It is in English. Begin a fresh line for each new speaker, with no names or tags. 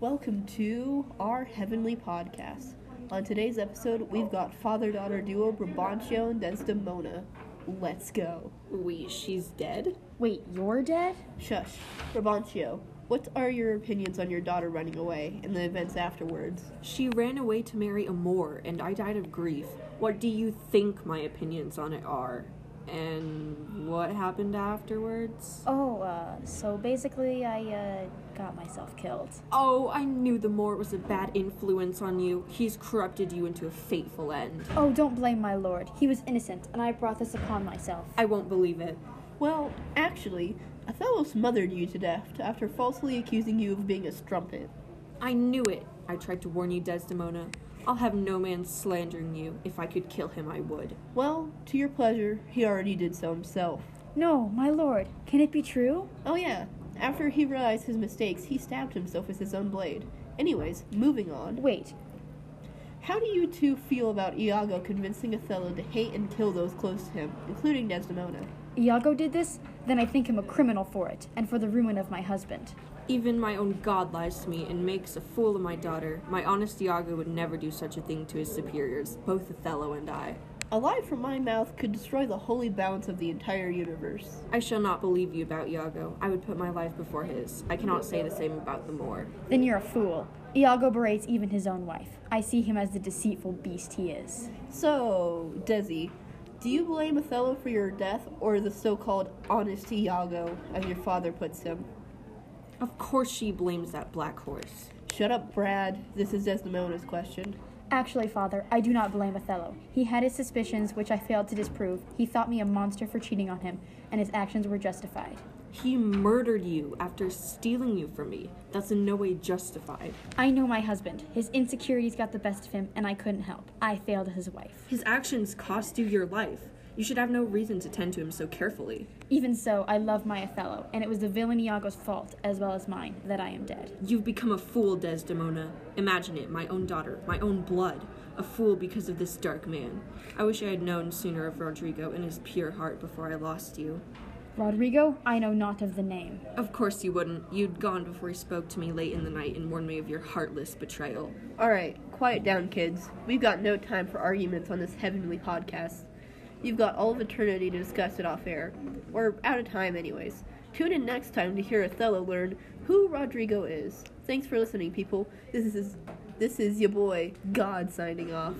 Welcome to our Heavenly Podcast. On today's episode, we've got father daughter duo Brabantio and Desdemona. Let's go.
Wait, she's dead?
Wait, you're dead?
Shush. Brabantio, what are your opinions on your daughter running away and the events afterwards?
She ran away to marry a Moor, and I died of grief. What do you think my opinions on it are? And what happened afterwards?
Oh, uh, so basically I, uh, got myself killed.
Oh, I knew the Moor was a bad influence on you. He's corrupted you into a fateful end.
Oh, don't blame my lord. He was innocent, and I brought this upon myself.
I won't believe it.
Well, actually, Othello smothered you to death after falsely accusing you of being a strumpet.
I knew it. I tried to warn you, Desdemona. I'll have no man slandering you. If I could kill him, I would.
Well, to your pleasure, he already did so himself.
No, my lord. Can it be true?
Oh, yeah, after he realized his mistakes, he stabbed himself with his own blade. Anyways, moving on.
Wait,
How do you two feel about Iago convincing Othello to hate and kill those close to him, including Desdemona?
Iago did this? Then I think him a criminal for it, and for the ruin of my husband.
Even my own god lies to me and makes a fool of my daughter. My honest Iago would never do such a thing to his superiors, both Othello and I.
A lie from my mouth could destroy the holy balance of the entire universe.
I shall not believe you about Iago. I would put my life before his. I cannot say the same about the Moor.
Then you're a fool. Iago berates even his own wife. I see him as the deceitful beast he is.
So, Desi, do you blame Othello for your death or the so called honest Iago, as your father puts him?
Of course she blames that black horse.
Shut up, Brad. This is Desdemona's question.
Actually, father, I do not blame Othello. He had his suspicions, which I failed to disprove. He thought me a monster for cheating on him, and his actions were justified.
He murdered you after stealing you from me. That's in no way justified.
I know my husband. His insecurities got the best of him, and I couldn't help. I failed his wife.
His actions cost you your life. You should have no reason to tend to him so carefully.
Even so, I love my Othello, and it was the villain Iago's fault, as well as mine, that I am dead.
You've become a fool, Desdemona. Imagine it, my own daughter, my own blood. A fool because of this dark man. I wish I had known sooner of Rodrigo and his pure heart before I lost you.
Rodrigo, I know not of the name.
Of course you wouldn't. You'd gone before he spoke to me late in the night and warned me of your heartless betrayal.
Alright, quiet down, kids. We've got no time for arguments on this heavenly podcast. You've got all of eternity to discuss it off air. We're out of time, anyways. Tune in next time to hear Othello learn who Rodrigo is. Thanks for listening, people. This is this is your boy God signing off.